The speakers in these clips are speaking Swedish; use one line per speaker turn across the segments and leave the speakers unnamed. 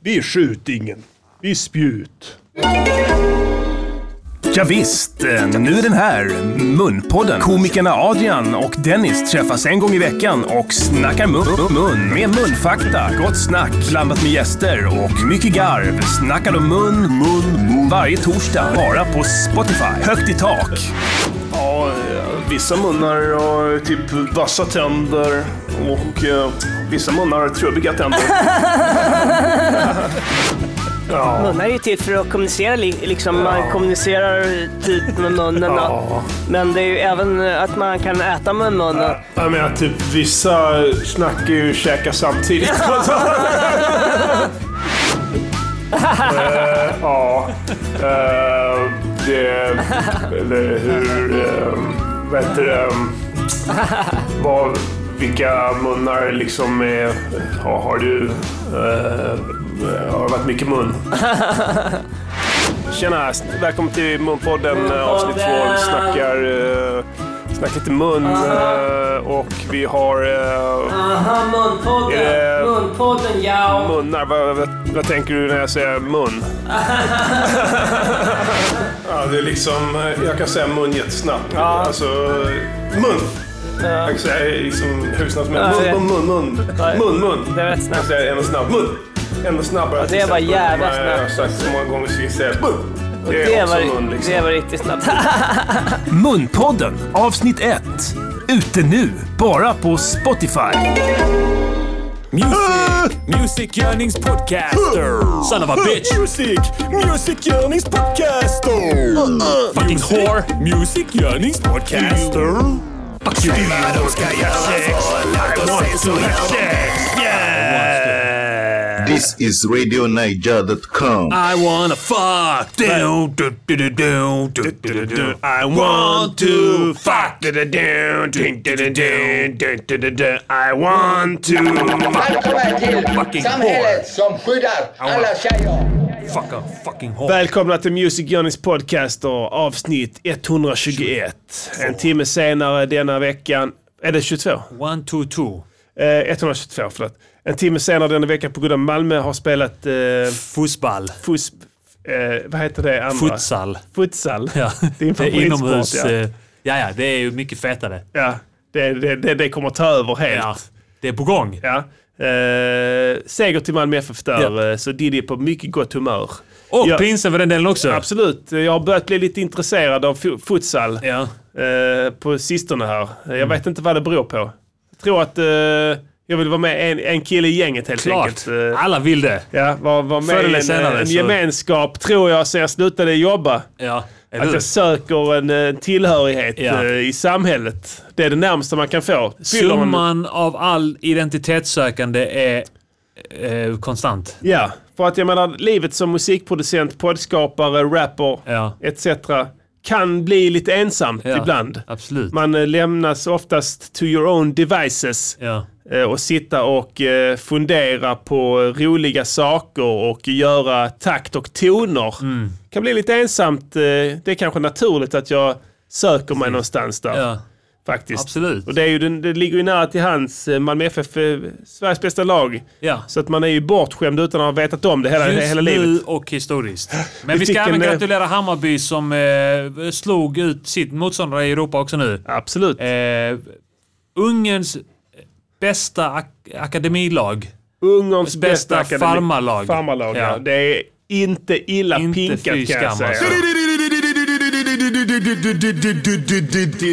Vi skjut ingen. Vi spjut.
Ja, visst, eh, nu är den här, Munpodden. Komikerna Adrian och Dennis träffas en gång i veckan och snackar mun, mun, mun med munfakta, gott snack blandat med gäster och mycket garv. Snackar om mun, mun, mun varje torsdag, bara på Spotify. Högt i tak.
Ja, eh, vissa munnar har typ vassa tänder och eh, vissa munnar har trubbiga tänder.
Munnar är ju till för att kommunicera. li- Liksom, Man kommunicerar typ med munnen. och- Men det är ju även eh, att man kan äta med munnen.
Jag menar typ vissa snackar ju och käkar samtidigt. Alltså. Eh, Ja. Eh, Det... Eller hur... eh, Vad heter det? Vad, vilka munnar liksom är... ja, Har du... eh, Har det varit mycket mun? Tjena! Välkommen till Munpodden eh, avsnitt två. Vi snackar, eh, snackar lite mun eh, och vi har eh,
Aha, munpodden.
Är det-
Munpodden, ja.
munnar. Vad, vad, vad tänker du när jag säger mun? ja, det är liksom, eh, jag kan säga mun jättesnabbt. Alltså, eh, mun! Jag kan säga liksom hur snabbt som helst.
Ja,
Mun, mun, mun, mun. Mun, mun.
Det är rätt snabbt.
Jag säger ännu snabb. Mun! Ännu snabbare.
det var jävla
Jag har sagt så många gånger så vi säger mun. Det är
Det
också
var,
mun liksom.
det var riktigt snabbt.
Munpodden, avsnitt 1. Ute nu, bara på Spotify.
Music, music yearnings podcaster. Son of a bitch. Music, music yearnings podcaster. Fucking whore. Music yearnings podcaster. Fuck you. De ska göra sex. I want to have sex. Yeah.
This is RadioNiger.com.
I wanna fuck. Do, do, do, do, do, do, do, do, do. I want to fuck. Do, do, do, do, do, do, do, do, do, do, do. I want to
Välkommen
Fucking
till samhället som skyddar alla tjejer.
fuck a fucking whore.
Välkomna till Music Journeys podcast och avsnitt 121. En timme senare denna veckan, är det 22? Eh,
One, two, two.
122, Eh, förlåt. En timme senare denna veckan på grund av Malmö har spelat eh,
Fotboll.
fus, eh, vad heter det andra?
Futsal.
Futsal.
Ja.
Din
Det är
favoritsport,
inomhus.
ja.
eh, Ja, ja, det är ju mycket fetare.
Ja, det, det, det, det kommer ta över helt.
Ja. Det är på gång.
Ja. Eh, seger till Malmö FF där,
Ja.
eh, så Diddy är på mycket gott humör.
Och
Ja.
pinsam för den delen också.
Absolut, jag har börjat bli lite intresserad av fu- futsal.
Ja. Mm.
eh, på sistone här. Eh, Jag vet inte vad det beror på. Jag tror att eh, jag vill vara med en, en kille i gänget helt
Klart.
enkelt. Eh,
Alla vill det.
ja, vara var
Förr
med
eller
i en, eh,
senare,
en
så-
gemenskap tror jag sen jag slutade jobba.
Ja. Eller
Att
hur?
jag söker en eh, tillhörighet
Ja.
eh, i samhället. Det är det närmsta man kan få. Fyller man-
Summan av all identitetssökande är eh, konstant.
Ja, för att jag menar livet som musikproducent, poddskapare, rapper
Ja.
etc. kan bli lite ensamt
Ja.
ibland.
Absolut.
Man eh, lämnas oftast to your own devices.
Ja.
Eh, och sitta och eh, fundera på eh, roliga saker och göra takt och toner.
Mm.
kan bli lite ensamt. eh, Det är kanske naturligt att jag söker mig någonstans där.
Ja.
Faktiskt.
Absolut.
Och det, är ju, den- det ligger ju nära till hans Malmö FF, eh, Sveriges bästa lag.
Ja.
Så att man är ju bortskämd utan att ha vetat om det hela,
Just
hela
nu
livet.
och historiskt. Men vi
fick
ska även
en, eh,
gratulera Hammarby som eh, slog ut sitt motståndare i Europa också nu.
Absolut.
Eh, Ungerns bästa ak- akademilag.
Ungerns
bästa
bästa, akademi-
farmarlag.
farmarlag, ja.
Ja.
Det är inte illa
Inte
pinkat kan
fy
jag
skam,
säga.
alltså.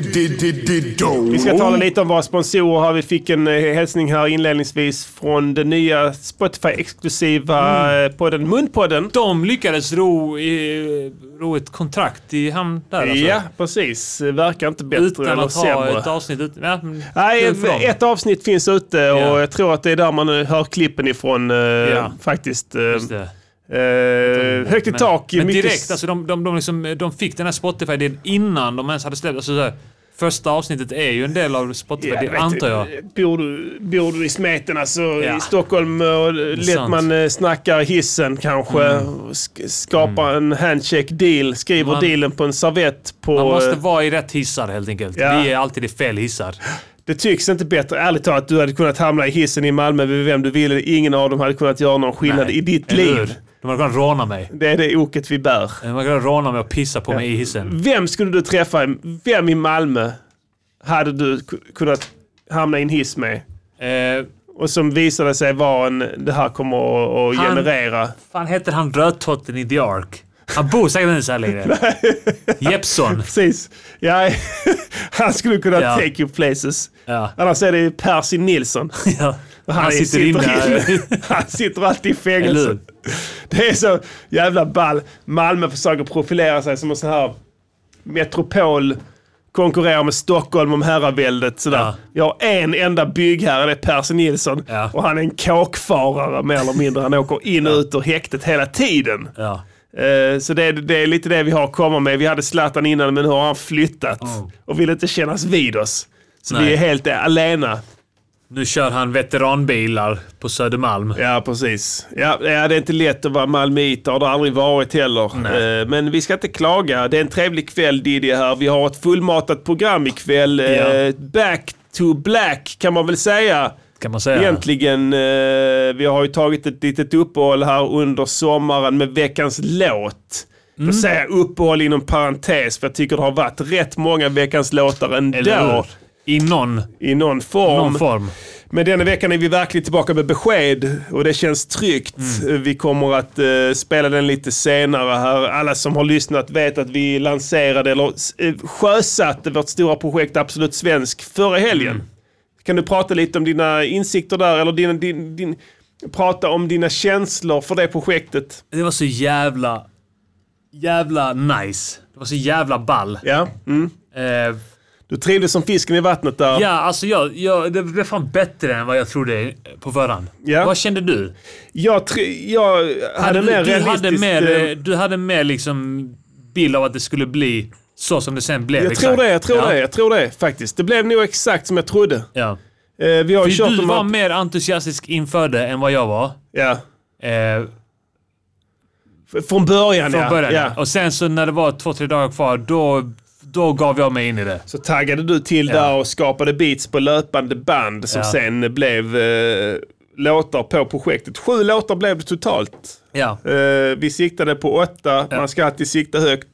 Vi ska tala
Oh.
lite om våra sponsorer här. Vi fick en eh, hälsning här inledningsvis från den nya Spotify-exklusiva mm. podden Munpodden.
De lyckades ro, i, ro ett kontrakt i hamn där alltså.
Ja, precis. Verkar inte bättre
Utan
eller
att ha
sämre.
ett avsnitt ut. Ja, men,
Nej,
kul för dem.
ett, ett avsnitt finns ute och
Ja.
jag tror att det är där man eh, hör klippen ifrån eh, faktiskt. eh,
Just det.
eh, högt i
Men-
tak.
Men
mycket
direkt,
s-
alltså de, de, de, liksom, de fick den här Spotify-idén innan de ens hade släppt. Alltså, så här, första avsnittet är ju en del av Spotify,
Ja,
det
vet
antar
du,
jag.
Bor du, bor du i smeten, alltså
Ja.
i Stockholm, och lätt
sant. Mm.
man eh, snackar hissen kanske, sk- skapar en handshake deal, skriver
Man-
dealen på en servett på...
Man måste
eh,
vara i rätt hissar helt enkelt.
Ja.
Vi är alltid i fel hissar.
Det tycks inte bättre. Ärligt talat, du hade kunnat hamna i hissen i Malmö vid vem du ville. Ingen av dem hade kunnat göra någon skillnad i ditt
eller
liv.
hur? De hade kunnat råna mig.
Det är det oket vi bär.
De hade kunnat råna mig och pissa på mig i hissen.
Vem skulle du träffa? i- Vem i Malmö hade du ku- kunnat hamna i en hiss med?
Eh,
Och som visade sig vara en... Det här kommer att, att
Han-
generera.
fan heter han rödtotten i The Ark? Han bor säkert inte så här längre. Jeppson.
Precis. Ja, han skulle kunna
Ja.
take you places.
Ja.
Annars är det ju Percy Nilsson.
Ja.
Och
Han
är-
sitter inne.
inne. Han sitter alltid i
Eller
fängelse.
hur?
Det är så jävla ball. Malmö försöker profilera sig som en sån här metropol. Konkurrerar med Stockholm om herraväldet. Sådär.
Ja.
Jag har en enda byggherre, det är Percy Nilsson.
Ja.
Och han är en kåkfarare mer eller mindre. Han åker in och ut ur häktet hela tiden.
Ja.
Eh, Så det är, det är lite det vi har att komma med. Vi hade Zlatan innan men nu har han flyttat och vill inte kännas vid oss. Så
Oh. Nej.
vi är helt eh, alena.
Nu kör han veteranbilar på Södermalm.
Ja, precis. Ja, ja, det är inte lätt att vara malmöit. Det har det aldrig varit heller. Eh, Men vi ska inte klaga. Det är en trevlig kväll Diddy här. Vi har ett fullmatat program ikväll. Eh,
Ja.
Back to black kan man väl säga.
Kan man säga.
Egentligen, eh, vi har ju tagit ett litet uppehåll här under sommaren med veckans låt.
Mm.
Då säger jag uppehåll inom parentes, för jag tycker det har varit rätt många veckans låtar
Eller hur?
ändå.
I någon,
I någon form.
någon form.
Men denna veckan är vi verkligen tillbaka med besked och det känns tryggt.
Mm.
Vi kommer att eh, spela den lite senare här. Alla som har lyssnat vet att vi lanserade eller eh, sjösatte vårt stora projekt Absolut Svensk förra helgen.
Mm.
Kan du prata lite om dina insikter där eller din, din, din, prata om dina känslor för det projektet?
Det var så jävla, jävla nice. Det var så jävla ball.
Ja. Mm.
Eh,
Du trivdes som fisken i vattnet där.
ja, alltså jag, jag, det blev fan bättre än vad jag trodde på förhand.
Ja.
Vad kände du?
Jag, tri- jag hade,
Hade
mer
du, du, hade
realistiskt,
mer,
eh,
eh, du hade mer liksom bild av att det skulle bli så som det sen blev.
jag tror
exakt.
det, jag tror
ja.
det, jag tror det faktiskt. Det blev nog exakt som jag trodde.
Ja.
Eh, vi har ju kört
Du
de
var
här...
mer entusiastisk inför det än vad jag var.
Ja.
Eh,
F- Från början,
från
ja.
början.
ja.
Och sen så när det var två, tre dagar kvar, då, då gav jag mig in i det.
Så taggade du till där och skapade beats på löpande band som
Ja.
sen blev eh, låtar på projektet. Sju låtar blev det totalt.
Ja.
Eh, vi siktade på åtta, man ska alltid sikta högt.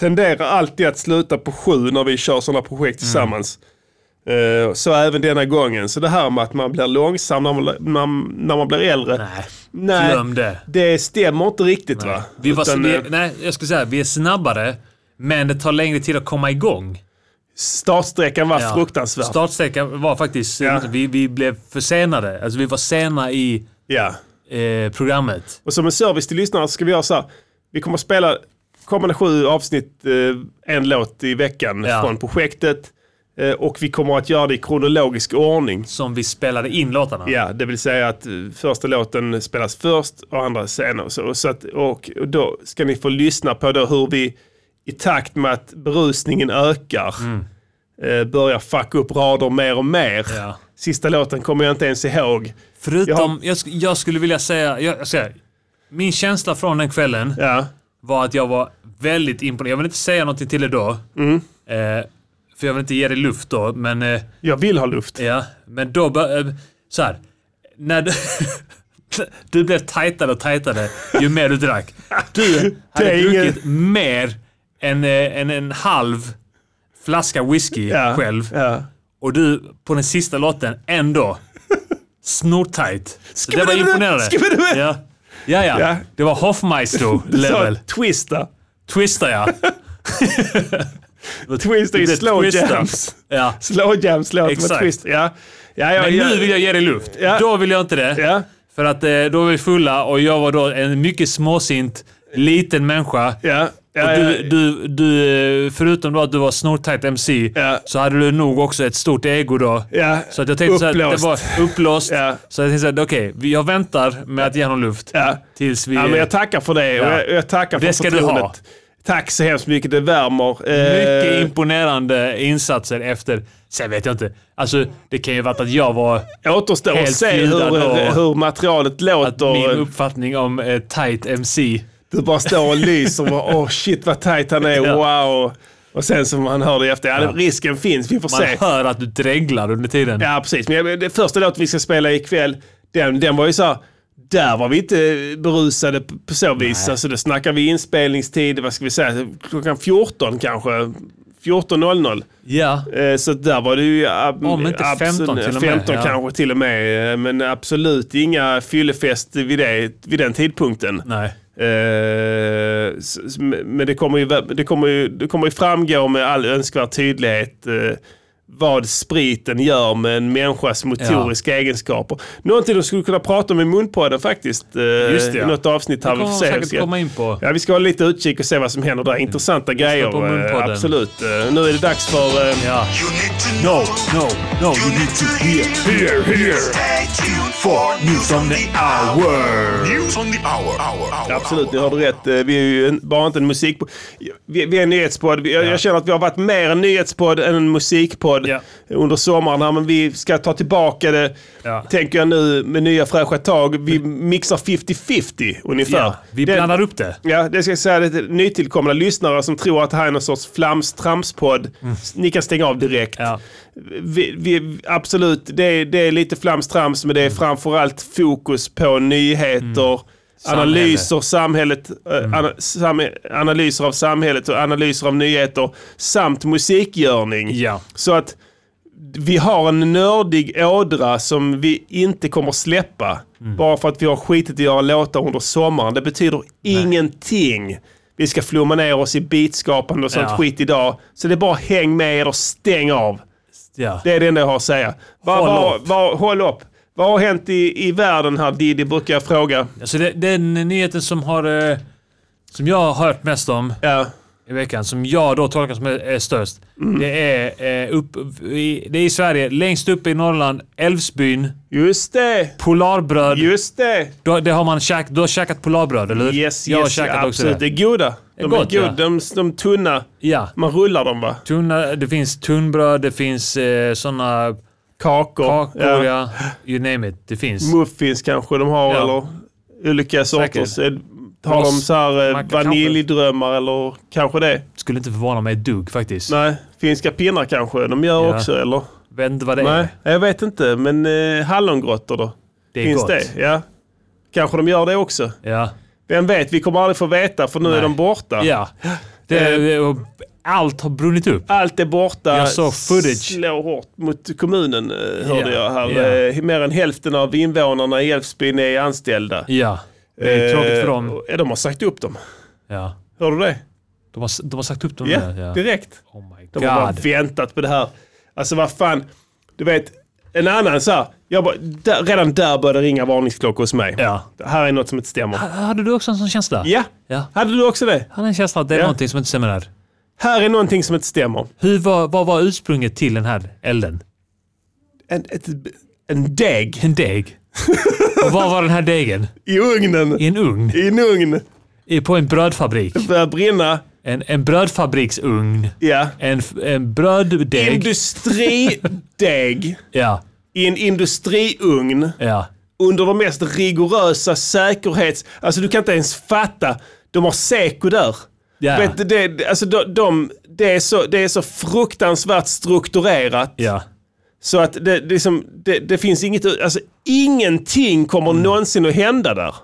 Tenderar alltid att sluta på sju när vi kör sådana
Mm.
projekt tillsammans. Eh, så även denna gången. Så det här med att man blir långsam när man, man, när man blir äldre.
Nej.
Nej,
Glöm det.
det stämmer inte riktigt va?
Vi var,
Utan,
vi,
eh,
nej, jag skulle säga vi är snabbare, men det tar längre tid att komma igång.
startsträckan var fruktansvärd.
Startsträckan var faktiskt...
Ja.
Vi, vi blev försenade. Alltså vi var sena i
ja.
eh, programmet.
Och som en service till lyssnarna så ska vi göra så här. Vi kommer att spela kommande sju avsnitt, eh, en låt i veckan
Ja.
från projektet. Eh, och vi kommer att göra det i kronologisk ordning.
Som vi spelade in låtarna.
Ja, det vill säga att eh, första låten spelas först och andra senare. Så, och så att, och, och då ska ni få lyssna på då hur vi i takt med att berusningen ökar
Mm.
eh, börjar fucka upp rader mer och mer.
Ja.
Sista låten kommer jag inte ens ihåg.
Förutom... Jag, sk- jag skulle vilja säga... Jag, jag säger, min känsla från den kvällen
Ja,
var att jag var väldigt imponerad. Jag vill inte säga någonting till er då.
Mm.
Eh, för jag vill inte ge dig luft då, men... Eh,
jag vill ha luft.
Ja, men då... bör- eh, Så här. När du, du blev tajtare och tajtare ju mer du drack. Du
Det
hade
är ingen-
druckit mer än, eh, än en halv flaska whisky
Ja,
själv.
Ja.
Och du, på den sista låten, ändå snortajt. Så Det var
Skubbidubi,
imponerande.
skubbidubi.
Ja. Ja, ja,
Ja.
Det var Hoffmeister level.
Så, twista.
Twister, ja.
Twister i
Det är
slow
Twister.
jams.
ja.
Slow jams låt med
Exakt.
twist. Ja. Ja, ja,
Men
ja.
nu vill jag ge dig luft.
Ja.
Då vill jag inte det.
Ja.
För att eh, då var vi fulla och jag var då en mycket småsint, liten människa.
Ja. Ja,
och
ja,
du, du, du, eh, förutom då att du var snortajt MC,
Ja.
så hade du nog också ett stort ego då.
Ja.
Så att jag tänkte så här, att det var
Uppblåst.
uppblåst.
Ja.
Så jag tänkte så här, okej, vi- jag väntar med att ge honom luft.
Ja.
Tills vi...
ja, men jag tackar för det och
Ja.
jag, jag tackar för
Det ska du ha.
förtroendet. Tack så hemskt mycket, det värmer.
mycket
Eh,
imponerande insatser efter... Sen vet jag inte. Alltså, det kan ju ha varit att jag var...
återstår att
Helt
se hur,
ljudad
hur,
och-
hur materialet
Att min
låter.
uppfattning om eh, tight MC...
Du bara står och lyser och bara, åh shit vad tight han är,
Ja.
wow. Och sen som man hörde efter, ja,
Ja.
risken finns, vi får
Man
se.
hör att du dreglar under tiden.
Ja, precis. Men jag- det första låten vi ska spela ikväll, den, den var ju så här, där var vi inte berusade på på så vis. Alltså, då snackar vi inspelningstid, vad ska vi säga, klockan 14 kanske. 14.00.
Ja.
Eh, Så där var det ju... ab-
Om inte 15 till och med,
15
ja.
kanske till och med. eh, Men absolut inga fyllefest vid, det, vid den tidpunkten.
Nej.
Eh, s- s- Men det kommer, ju, det, kommer ju, det kommer ju framgå med all önskvärd tydlighet eh, vad spriten gör med en människas motoriska egenskaper. Någonting de skulle kunna prata om i munpodden faktiskt. eh,
Just det, ja.
I något avsnitt här.
Det kommer
får
man
se.
säkert
Ska-
komma in på.
Ja, vi ska ha lite utkik och se vad som händer där. Intressanta grejer.
Mm. på
eh,
Munpodden.
Absolut. Eh, Nu är det dags för... eh,
Ja.
You need to
No,
know.
no, no, you need to hear.
Here, here. Stay tuned for news on the hour. News on the hour. hour, hour
Absolut,
hour,
ni hörde
hour.
rätt. Eh, Vi är ju en, bara inte en musikpodd. Vi, vi är en nyhetspodd. Vi, jag- Jag känner att vi har varit mer en nyhetspodd än en musikpodd
Ja.
under sommaren. här, Men vi ska ta tillbaka det,
Ja.
tänker jag nu, med nya fräscha tag. Vi mixar 50-50 ungefär.
Ja, vi
Den-
blandar upp det.
Ja, det ska jag säga. Det är nytillkomna lyssnare som tror att det här är någon sorts flams-trams-podd. Ni kan stänga av direkt.
Mm. Ja.
Vi, vi, absolut, det är, det är lite flams-trams, men det är
Mm.
framförallt fokus på nyheter, analyser, samhället, eh,
Mm.
ana, sam, analyser av samhället och analyser av nyheter samt musikgörning.
Ja.
Så att vi har en nördig ådra som vi inte kommer släppa.
Mm.
Bara för att vi har skitit i att göra låtar under sommaren. Det betyder ingenting. Vi ska flumma ner oss i beatskapande och sånt
Ja.
skit idag. Så det är bara häng med er och stäng av.
Ja.
Det är det enda jag har att säga. Var,
Håll
var,
upp.
Var, håll upp. Vad har hänt i, i världen här Diddy, brukar jag fråga.
Alltså det, den nyheten som har... eh, Som jag har hört mest om
Ja.
i veckan, som jag då tolkar som är, är störst.
Mm.
Det är eh, upp, i, det är i Sverige, längst upp i Norrland, Älvsbyn,
Just det!
Polarbröd.
Just det!
Då, det har man käk, du har käkat Polarbröd, eller hur?
Yes,
jag har
yes,
käkat
absolut.
också
Det
det.
är goda. De är,
gott,
goda.
ja.
De, de tunna.
Ja.
Man rullar dem va?
Tunna, det finns tunnbröd, det finns eh, såna
Kakor.
kakor,
Ja.
ja. You name it. Det finns.
Muffins kanske de har
Ja.
eller olika sorters. Eh, Har de
Ross-
så här eh,
macka
vaniljdrömmar eller kanske det?
Skulle inte förvåna mig ett dugg faktiskt.
Nej, finska pinnar kanske de gör
Ja.
också eller?
Vet inte vad det
Nej,
är.
jag vet inte. Men eh, hallongrottor då?
Det är
Finns
gott.
det? Ja. Kanske de gör det också.
Ja.
Vem vet, vi kommer aldrig få veta för nu
Nej.
är de borta.
ja. Det, det-
Eh.
och allt har brunnit upp.
Allt är borta.
Jag såg footage.
Slår hårt mot kommunen eh, hörde
Ja,
jag här.
ja.
Eh, Mer än hälften av invånarna i Älvsbyn är anställda.
Ja. Det är tråkigt för dem.
Eh, De har sagt upp dem.
Ja.
Hör du det?
De har, de har sagt upp dem
Ja,
där. Ja.
direkt.
Oh my
De har bara
god.
väntat på det här. Alltså vad fan. Du vet, en annan så här. Jag bara, där, redan där började det ringa varningsklockor hos mig.
Ja.
Det här är något som inte stämmer.
H- Hade du också en sån känsla?
Ja.
ja.
Hade du också det?
Han har en känsla att det är
Ja.
någonting som inte stämmer där.
Här är någonting som inte stämmer.
Hur, vad, vad var ursprunget till den här elden?
En, ett, en deg
En deg. Och vad var den här degen?
i ugnen.
I en ugn?
I en ugn.
I, på en brödfabrik?
Börjar brinna.
En, en brödfabriksugn?
Ja.
En, f- en bröddeg?
Industrideg
ja.
i en industriugn
Ja.
under de mest rigorösa säkerhets... Alltså du kan inte ens fatta. De har Seko där.
Ja.
Vet du, det, det- alltså de, de, det, är så, det är så fruktansvärt strukturerat
Ja.
så att det, det, är som, det, det finns inget... Alltså ingenting kommer någonsin att hända där.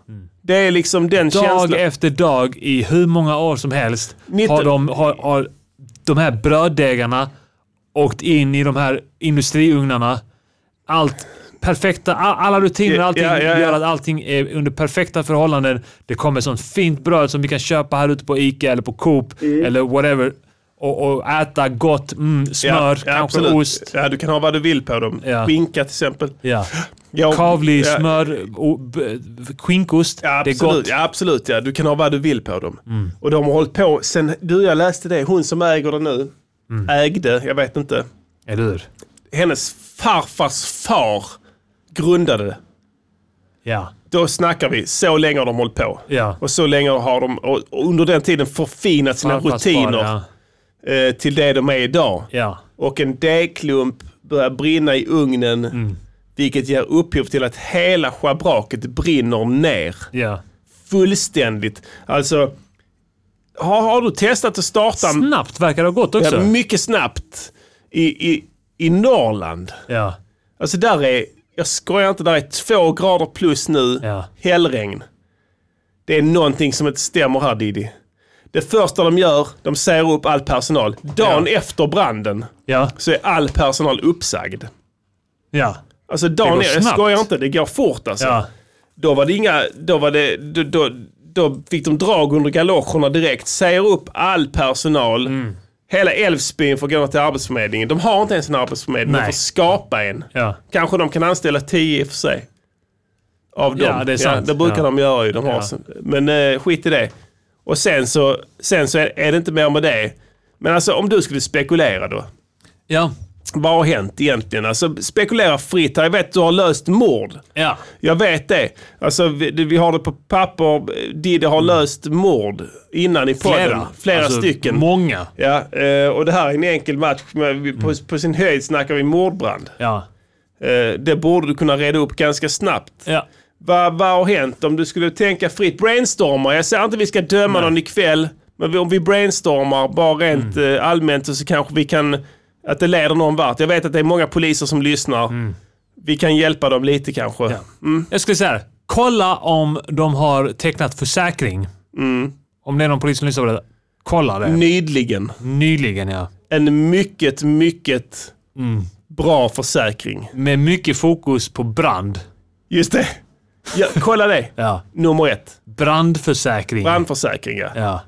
Det är liksom den
Mm. Dag
känslan.
efter dag i hur många år som helst
Nitton-
har, de, har, har de här bröddegarna åkt in i de här industriugnarna. Allt perfekta, all, alla rutiner
Ja,
och allting
ja, ja, ja.
gör att allting är under perfekta förhållanden. Det kommer sånt fint bröd som vi kan köpa här ute på Ica eller på Coop
Mm.
eller whatever. Och, och äta gott, mm, smör, kanske
absolut.
ost.
Ja, du kan ha vad du vill på dem.
Ja.
Skinka till exempel.
Ja.
Ja,
Kavli,
ja.
smör, o, b, skinkost.
Ja,
det är
absolut.
gott. Mm.
Ja, absolut ja. Du kan ha vad du vill på dem. Och de har hållit på sen, du jag läste det, hon som äger det nu,
Mm.
ägde, jag vet inte.
Eller hur?
Hennes farfars far grundade det.
Ja.
Då snackar vi, så länge har de hållit på.
Ja.
Och så länge har de, och och under den tiden förfinat sina
Farfars far,
rutiner
Ja.
eh, till det de är idag.
ja.
Och en degklump börjar brinna i ugnen,
Mm.
vilket ger upphov till att hela schabraket brinner ner.
Ja.
fullständigt. Alltså, har, har du testat att starta
Snabbt verkar det ha gått
ja,
också.
mycket snabbt i, i, i Norrland?
Ja.
Alltså där är, jag skojar inte, där är två grader plus nu.
Ja.
Hällregn. Det är någonting som inte stämmer här Diddy. Det första de gör, de säger upp all personal. Dagen efter branden
Ja.
så är all personal uppsagd.
Ja.
Alltså dagen
går
efter, jag
snabbt.
skojar inte, det går fort alltså.
Ja.
Då var det inga, då var det, då, då, då fick de drag under galoscherna direkt. Säger upp all personal.
Mm.
Hela Älvsbyn får gå till Arbetsförmedlingen. De har inte ens en arbetsförmedling, de
Nej.
får skapa en.
Ja.
Kanske de kan anställa tio i och för sig. Av dem.
Ja, det är sant.
det brukar
Ja.
de göra ju. De har
Ja.
sin- Men eh, skit i det. Och sen så, sen så är, är det inte mer med det. Men alltså om du skulle spekulera då.
Ja.
Vad har hänt egentligen? Alltså spekulera fritt här. Jag vet att du har löst mord.
Ja.
Jag vet det. Alltså vi, det- vi har det på papper. Didde har löst mord innan i podden. Flera,
Mm. Alltså,
stycken.
Många. Mm.
ja, eh, och det här är en enkel match. Men vi, på, på sin höjd snackar vi mordbrand.
Ja.
Eh, det borde du kunna reda upp ganska snabbt.
Ja.
Vad vad har hänt om du skulle tänka fritt? Brainstorma. Jag säger inte att vi ska döma någon ikväll. Men vi- om vi brainstormar bara rent
Mm.
eh, allmänt så kanske vi kan... Att det leder någon vart. Jag vet att det är många poliser som lyssnar. Vi kan hjälpa dem lite kanske.
Mm. Ja. Jag skulle säga här. Kolla om de har tecknat försäkring. Om det är någon polis som lyssnar på det. Kolla det.
Nydligen.
Nyligen ja.
En mycket, mycket
Mm.
bra försäkring.
Med mycket fokus på brand.
Just det. Ja, kolla det.
Ja.
Nummer ett.
Brandförsäkring.
Brandförsäkring ja.
Ja.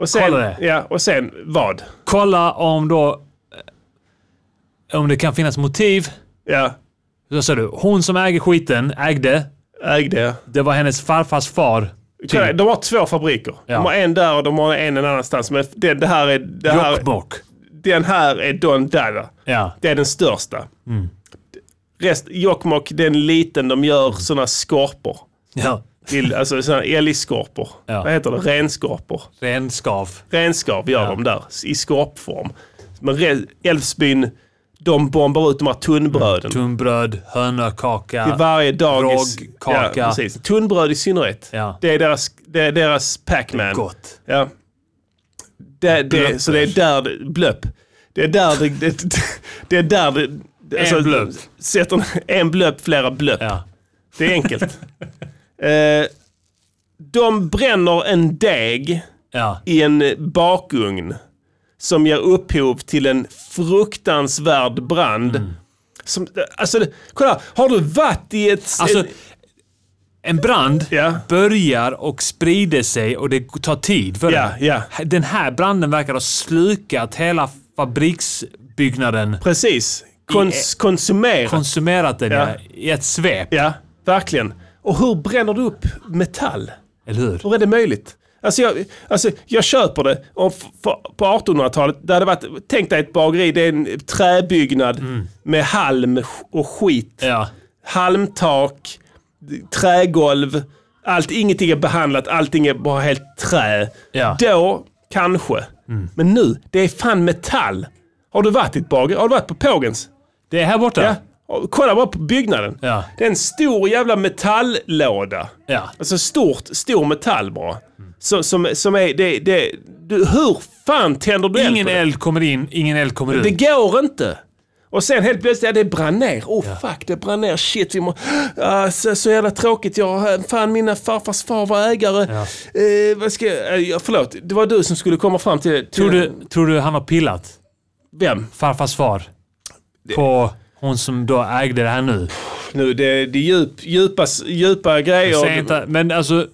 Och sen,
kolla det.
Ja, och sen vad?
Kolla om då... eh, Om det kan finnas motiv.
Ja,
Så sa du, hon som äger skiten ägde.
ägde jag.
Det var hennes farfars far.
Kolla, De har två fabriker.
Ja.
De har en där och de har en en annanstans. Men det, det här är, det här,
Jokkmokk.
den här är Don Dada.
Ja. Mm.
Det är den största. Rest, Jokkmokk, det är en liten. De gör sådana skorpor.
ja.
Till, alltså sådana älgskorpor.
Ja.
Vad heter det? Renskorpor.
Renskav.
Renskav gör de där i skorpform. Men Re- Älvsbyn, de bombar ut de här tunnbröden.
Mm. Tunnbröd,
I
hönökaka.
varje dagis.
Rågkaka.
Ja, precis. Tunnbröd i synnerhet.
Ja.
Det är deras, det är deras Pac-Man.
Gott.
Ja. Det, det, så det är där det, blöpp. Det är där det... det, det är där det, det-
En blöpp.
Sätter en blöpp, flera blöpp.
Ja.
Det är enkelt. eh, de bränner en deg
Ja.
i en bakugn som ger upphov till en fruktansvärd brand. Som, alltså, det- kolla, har du varit i ett...
Alltså,
ett
en brand
Ja.
börjar och sprider sig och det tar tid för
Ja,
den.
ja.
Den här branden verkar ha slukat hela fabriksbyggnaden.
precis. Kons, konsumerat.
Konsumerat den ja.
Ja.
i ett svep.
ja, verkligen. Och hur bränner du upp metall?
Eller hur?
Hur är det möjligt? Alltså jag, alltså jag köper det. Om f- f- på 1800-talet, det hade varit, tänk dig ett bageri, det är en träbyggnad med halm och skit.
Ja.
halmtak, trägolv. Allt, ingenting är behandlat, allting är bara helt trä.
Ja. Mm.
Då, kanske. Men nu, det är fan metall. Har du varit i ett bageri? Har du varit på Pågens?
Det är här borta.
Ja. Och Kolla bara på byggnaden.
Ja.
Det är en stor jävla metalllåda.
Ja.
Alltså stort, stor metall bara.
Mm.
Så, som, som är, det, det, du, hur fan tänder du eld
Ingen
på det?
eld kommer in, ingen eld kommer ut.
Det går inte. Och sen helt plötsligt, ja det brann ner. Oh fuck, det brann ner. Shit, vi må... Ah, så, så jävla tråkigt. Jag, fan, mina farfars far var ägare. Eh, vad ska jag... eh, ja, förlåt, det var du som skulle komma fram till... till
Tror du, tror du han har pillat?
Vem?
Farfars far? På hon som då ägde det här nu?
Nu, det, det är djup, djupa, djupa
Jag säger
grejer.
inte, men alltså,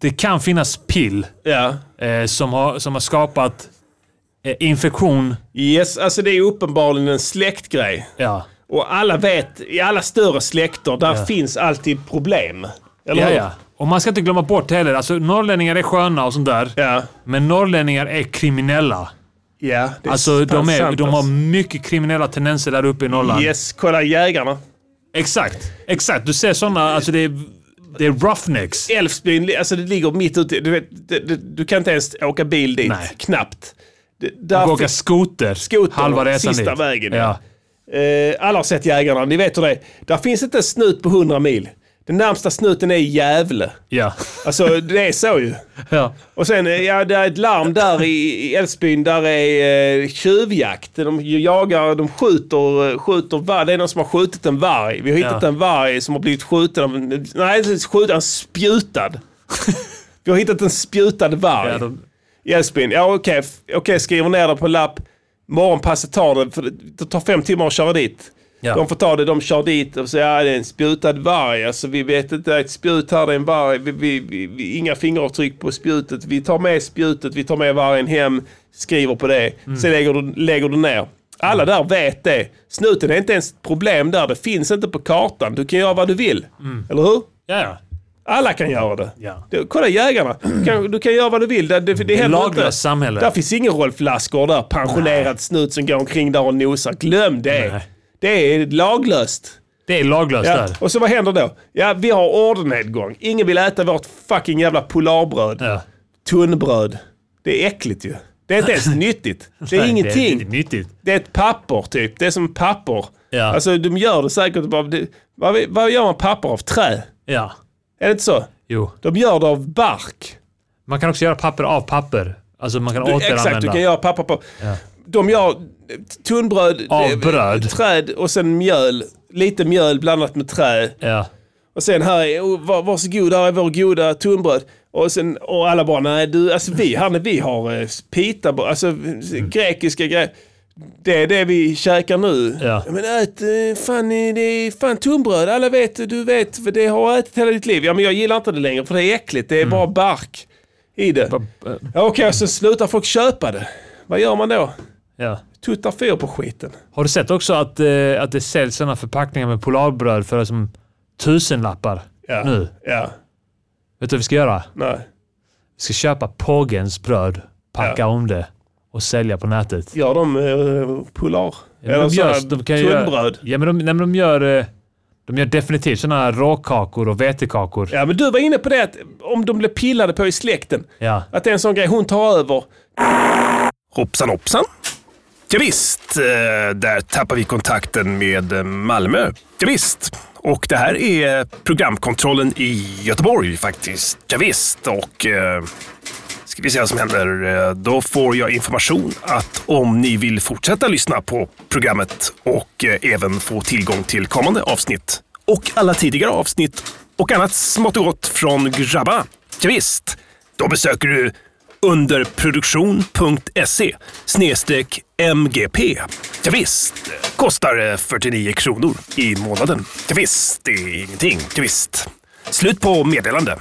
det kan finnas pill
Ja.
eh, som, har, som har skapat eh, infektion.
Yes, alltså det är uppenbarligen en släktgrej.
Ja.
Och alla vet, i alla större släkter, där finns alltid problem. Eller
Ja,
hur?
ja. Och man ska inte glömma bort heller, alltså norrlänningar är sköna och sånt där.
Ja,
Men norrlänningar är kriminella.
ja det är
Alltså de,
fan
är,
sant,
de har
alltså.
mycket kriminella tendenser där uppe i Norrland.
Yes, kolla jägarna.
Exakt. Exakt. Du ser såna, alltså det är, det är roughnecks.
Älvsbyn, alltså det ligger mitt ute. Du, vet, det, det, du kan inte ens åka bil dit.
Nej.
Knappt. Det, där
Och åka
fick-
skoter,
Skoter,
halva resan
sista
dit.
vägen, ja.
Ja.
eh, alla har sett Jägarna, ni vet hur det är. Där finns inte en snut på 100 mil. Den närmsta snuten är i Gävle.
Ja.
Alltså det är så ju.
ja.
Och sen, eh, ja det är ett larm där i i Älvsbyn, där är eh, tjuvjakt. De jagar, de skjuter, eh, skjuter varg. Det är någon som har skjutit en varg. Vi har hittat
Ja.
en varg som har blivit skjuten av, en- nej, skjuten, spjutad. Vi har hittat en spjutad varg.
ja de,
I Älvsbyn, ja okej, f- okej skriver ner det på en lapp. Morgonpasset tar det, för det- det tar fem timmar att köra dit.
Ja.
De får ta det, de kör dit och säger ja det är en spjutad varg. Alltså vi vet inte, det är ett spjut här, det är en varg. Vi, vi, vi, vi, inga fingeravtryck på spjutet. Vi tar med spjutet, vi tar med vargen hem, skriver på det. Sen lägger du, lägger du ner. Alla där vet det. Snuten är inte ens ett problem där, det finns inte på kartan. Du kan göra vad du vill. Eller hur?
ja, ja.
Alla kan göra det.
Ja.
Du, kolla jägarna. Du kan, du kan göra vad du vill. Det, det, det, det
laglöst samhälle.
Där finns ingen Rolf Lassgård där. Pensionerad snut som går omkring där och nosar. Glöm det.
Nej.
Det är laglöst.
Det är laglöst
Ja.
där.
Och så vad händer då? Ja, vi har ordernedgång. Ingen vill äta vårt fucking jävla polarbröd.
Ja.
Tunnbröd. Det är äckligt ju. Det är inte ens nyttigt. Det är
Nej, Det är
ingenting.
inte nyttigt.
Det är ett papper typ. Det är som papper.
Ja.
Alltså de gör det säkert av... det- Vad, vad gör man papper av? Trä?
Ja.
Är det inte så?
Jo.
De gör det av bark.
Man kan också göra papper av papper. Alltså man kan
Du,
återanvända.
exakt, du kan göra papper på.
Ja.
De gör eh, tunnbröd,
Av
eh,
bröd.
träd och sen mjöl. Lite mjöl blandat med trä.
Ja.
Och sen här är, oh, var, varsågod, här är vår goda tunnbröd. Och, sen, och alla bara, nej du, alltså vi här när vi har eh, pita, bara, alltså
Mm.
grekiska grejer. Det är det vi käkar nu.
Ja.
Men ät, eh, fan, eh, det är fan tunnbröd. Alla vet, du vet, för det har jag ätit hela ditt liv. Ja men jag gillar inte det längre för det är äckligt.
Mm.
Det är bara bark i det. Ja, Okej, så slutar folk köpa det. Vad gör man då?
Ja.
Tuttar fyr på skiten.
Har du sett också att, eh, att det säljs sådana förpackningar med Polarbröd för som tusenlappar
Ja.
nu?
Ja,
Vet du vad vi ska göra?
nej.
Vi ska köpa Pågens bröd, packa om det och sälja på nätet.
Gör de eh, Polar?
Ja, men
Eller
de, gör,
sådana
de kan ju
alltså, tunnbröd?
göra, ja, men de, nej, men de gör... eh, De gör definitivt sådana här råkakor och vetekakor. Ja.
Ja, men du var inne på det att om de blir pillade på i släkten, att det är en sån grej hon tar över.
Hoppsan hoppsan. Ja, visst, eh, där tappar vi kontakten med eh, Malmö. Ja, visst. Och det här är programkontrollen i Göteborg faktiskt. Ja, visst. och eh, ska vi se vad som händer. Eh, Då får jag information att om ni vill fortsätta lyssna på programmet och eh, även få tillgång till kommande avsnitt och alla tidigare avsnitt och annat smått och gott från grabbarna. Ja, visst. då besöker du underproduktion.se E snedstreck MGP. Ja, visst. kostar eh, 49 kronor i månaden. Ja, visst. det är ingenting. Ja, visst. Slut på meddelande.